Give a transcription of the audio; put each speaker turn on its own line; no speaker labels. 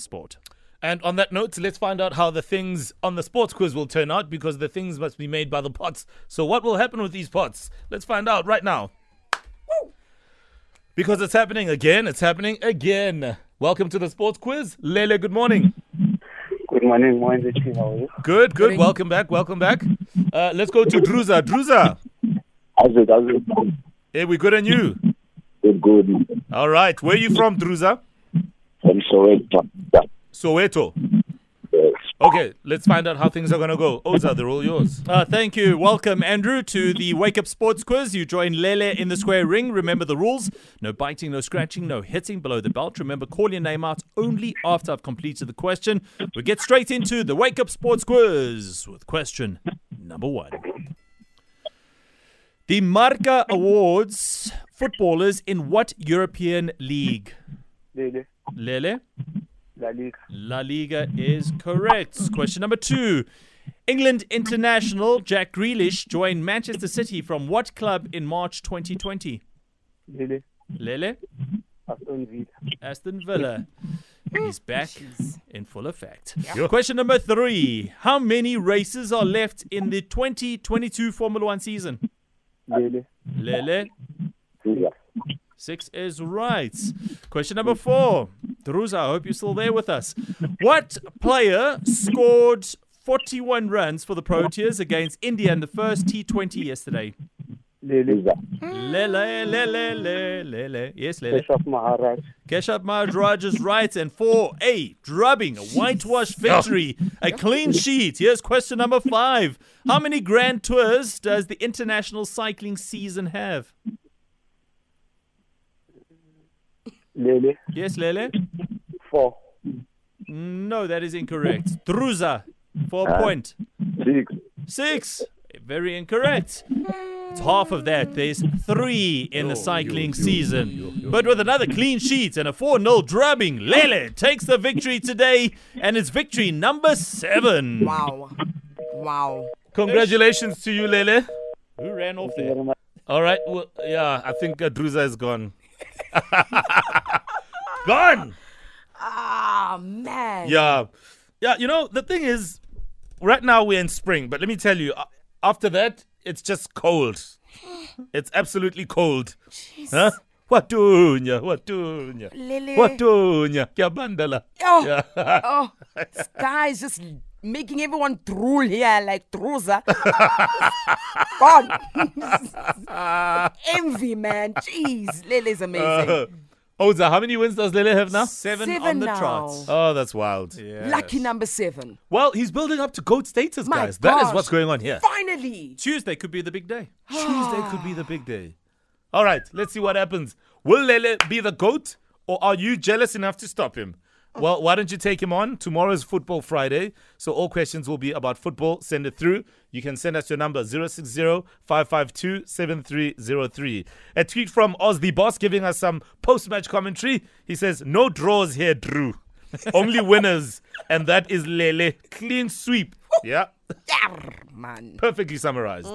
sport.
And on that note, let's find out how the things on the sports quiz will turn out because the things must be made by the pots. So, what will happen with these pots? Let's find out right now. Because it's happening again, it's happening again. Welcome to the sports quiz. Lele, good morning.
Good morning, morning, team. How are you?
Good, good. Welcome back, welcome back. Uh, let's go to Druza. Druza,
How's it? How's it?
hey, we good and you?
Good, good. man.
All right, where you from, Druza?
I'm sorry. but- but,
Soweto.
uh,
Okay, let's find out how things are going to go. Oza, they're all yours.
Uh, thank you. Welcome, Andrew, to the Wake Up Sports Quiz. You join Lele in the square ring. Remember the rules no biting, no scratching, no hitting below the belt. Remember, call your name out only after I've completed the question. We get straight into the Wake Up Sports Quiz with question number one. The Marca awards footballers in what European league?
Lele,
Lele?
La Liga.
La Liga is correct. Question number two. England international Jack Grealish joined Manchester City from what club in March 2020?
Lele,
Lele?
Aston Villa.
Aston Villa. He's back in full effect. Question number three. How many races are left in the 2022 Formula One season?
Lele,
Lele?
Villa.
Six is right. Question number four. Druza, I hope you're still there with us. What player scored 41 runs for the Proteas against India in the first T20 yesterday?
Lele,
Lele, lele, lele, lele. Yes, lele.
Keshav Maharaj.
Keshav Maharaj is right. And four, a drubbing, a whitewash victory, a clean sheet. Here's question number five. How many grand tours does the international cycling season have?
Lele,
Yes, lele.
four.
No, that is incorrect. Druza for a point.
Six.
Six. Very incorrect. It's half of that. There's three in the cycling season. But with another clean sheet and a 4 0 drubbing, Lele takes the victory today, and it's victory number seven.
Wow. Wow.
Congratulations to you, Lele.
Who ran off
Thank you
there?
very much.
All right. Well, yeah, I think uh, Druza is gone. gone.
Ah, man.
Yeah. Yeah, you know, the thing is, right now we're in spring, but let me tell you, a- after that, it's just cold. It's absolutely cold. Huh? Watunya, watunya.
Lily.
Watunya, kyabandala.
Oh,
Yeah.
oh, this guy is just making everyone drool here like Druza. God. Envy, man. Jeez. Lily's amazing.
Oza, how many wins does Lele have now?
Seven,
Seven
on the
now.
charts.
Oh, that's wild. Yeah.
Lucky number seven.
Well, he's building up to goat status,
My
guys. That is
gosh.
what's going on here.
Finally.
Tuesday could be the big day.
Tuesday could be the big day. All right, let's see what happens. Will Lele be the GOAT or are you jealous enough to stop him? Well, why don't you take him on? Tomorrow's Football Friday, so all questions will be about football. Send it through. You can send us your number 060-552-7303. A tweet from Oz the Boss giving us some post-match commentary. He says, "No draws here, Drew. Only winners, and that is Lele. Clean sweep." Yeah,
Yar, man.
perfectly summarized.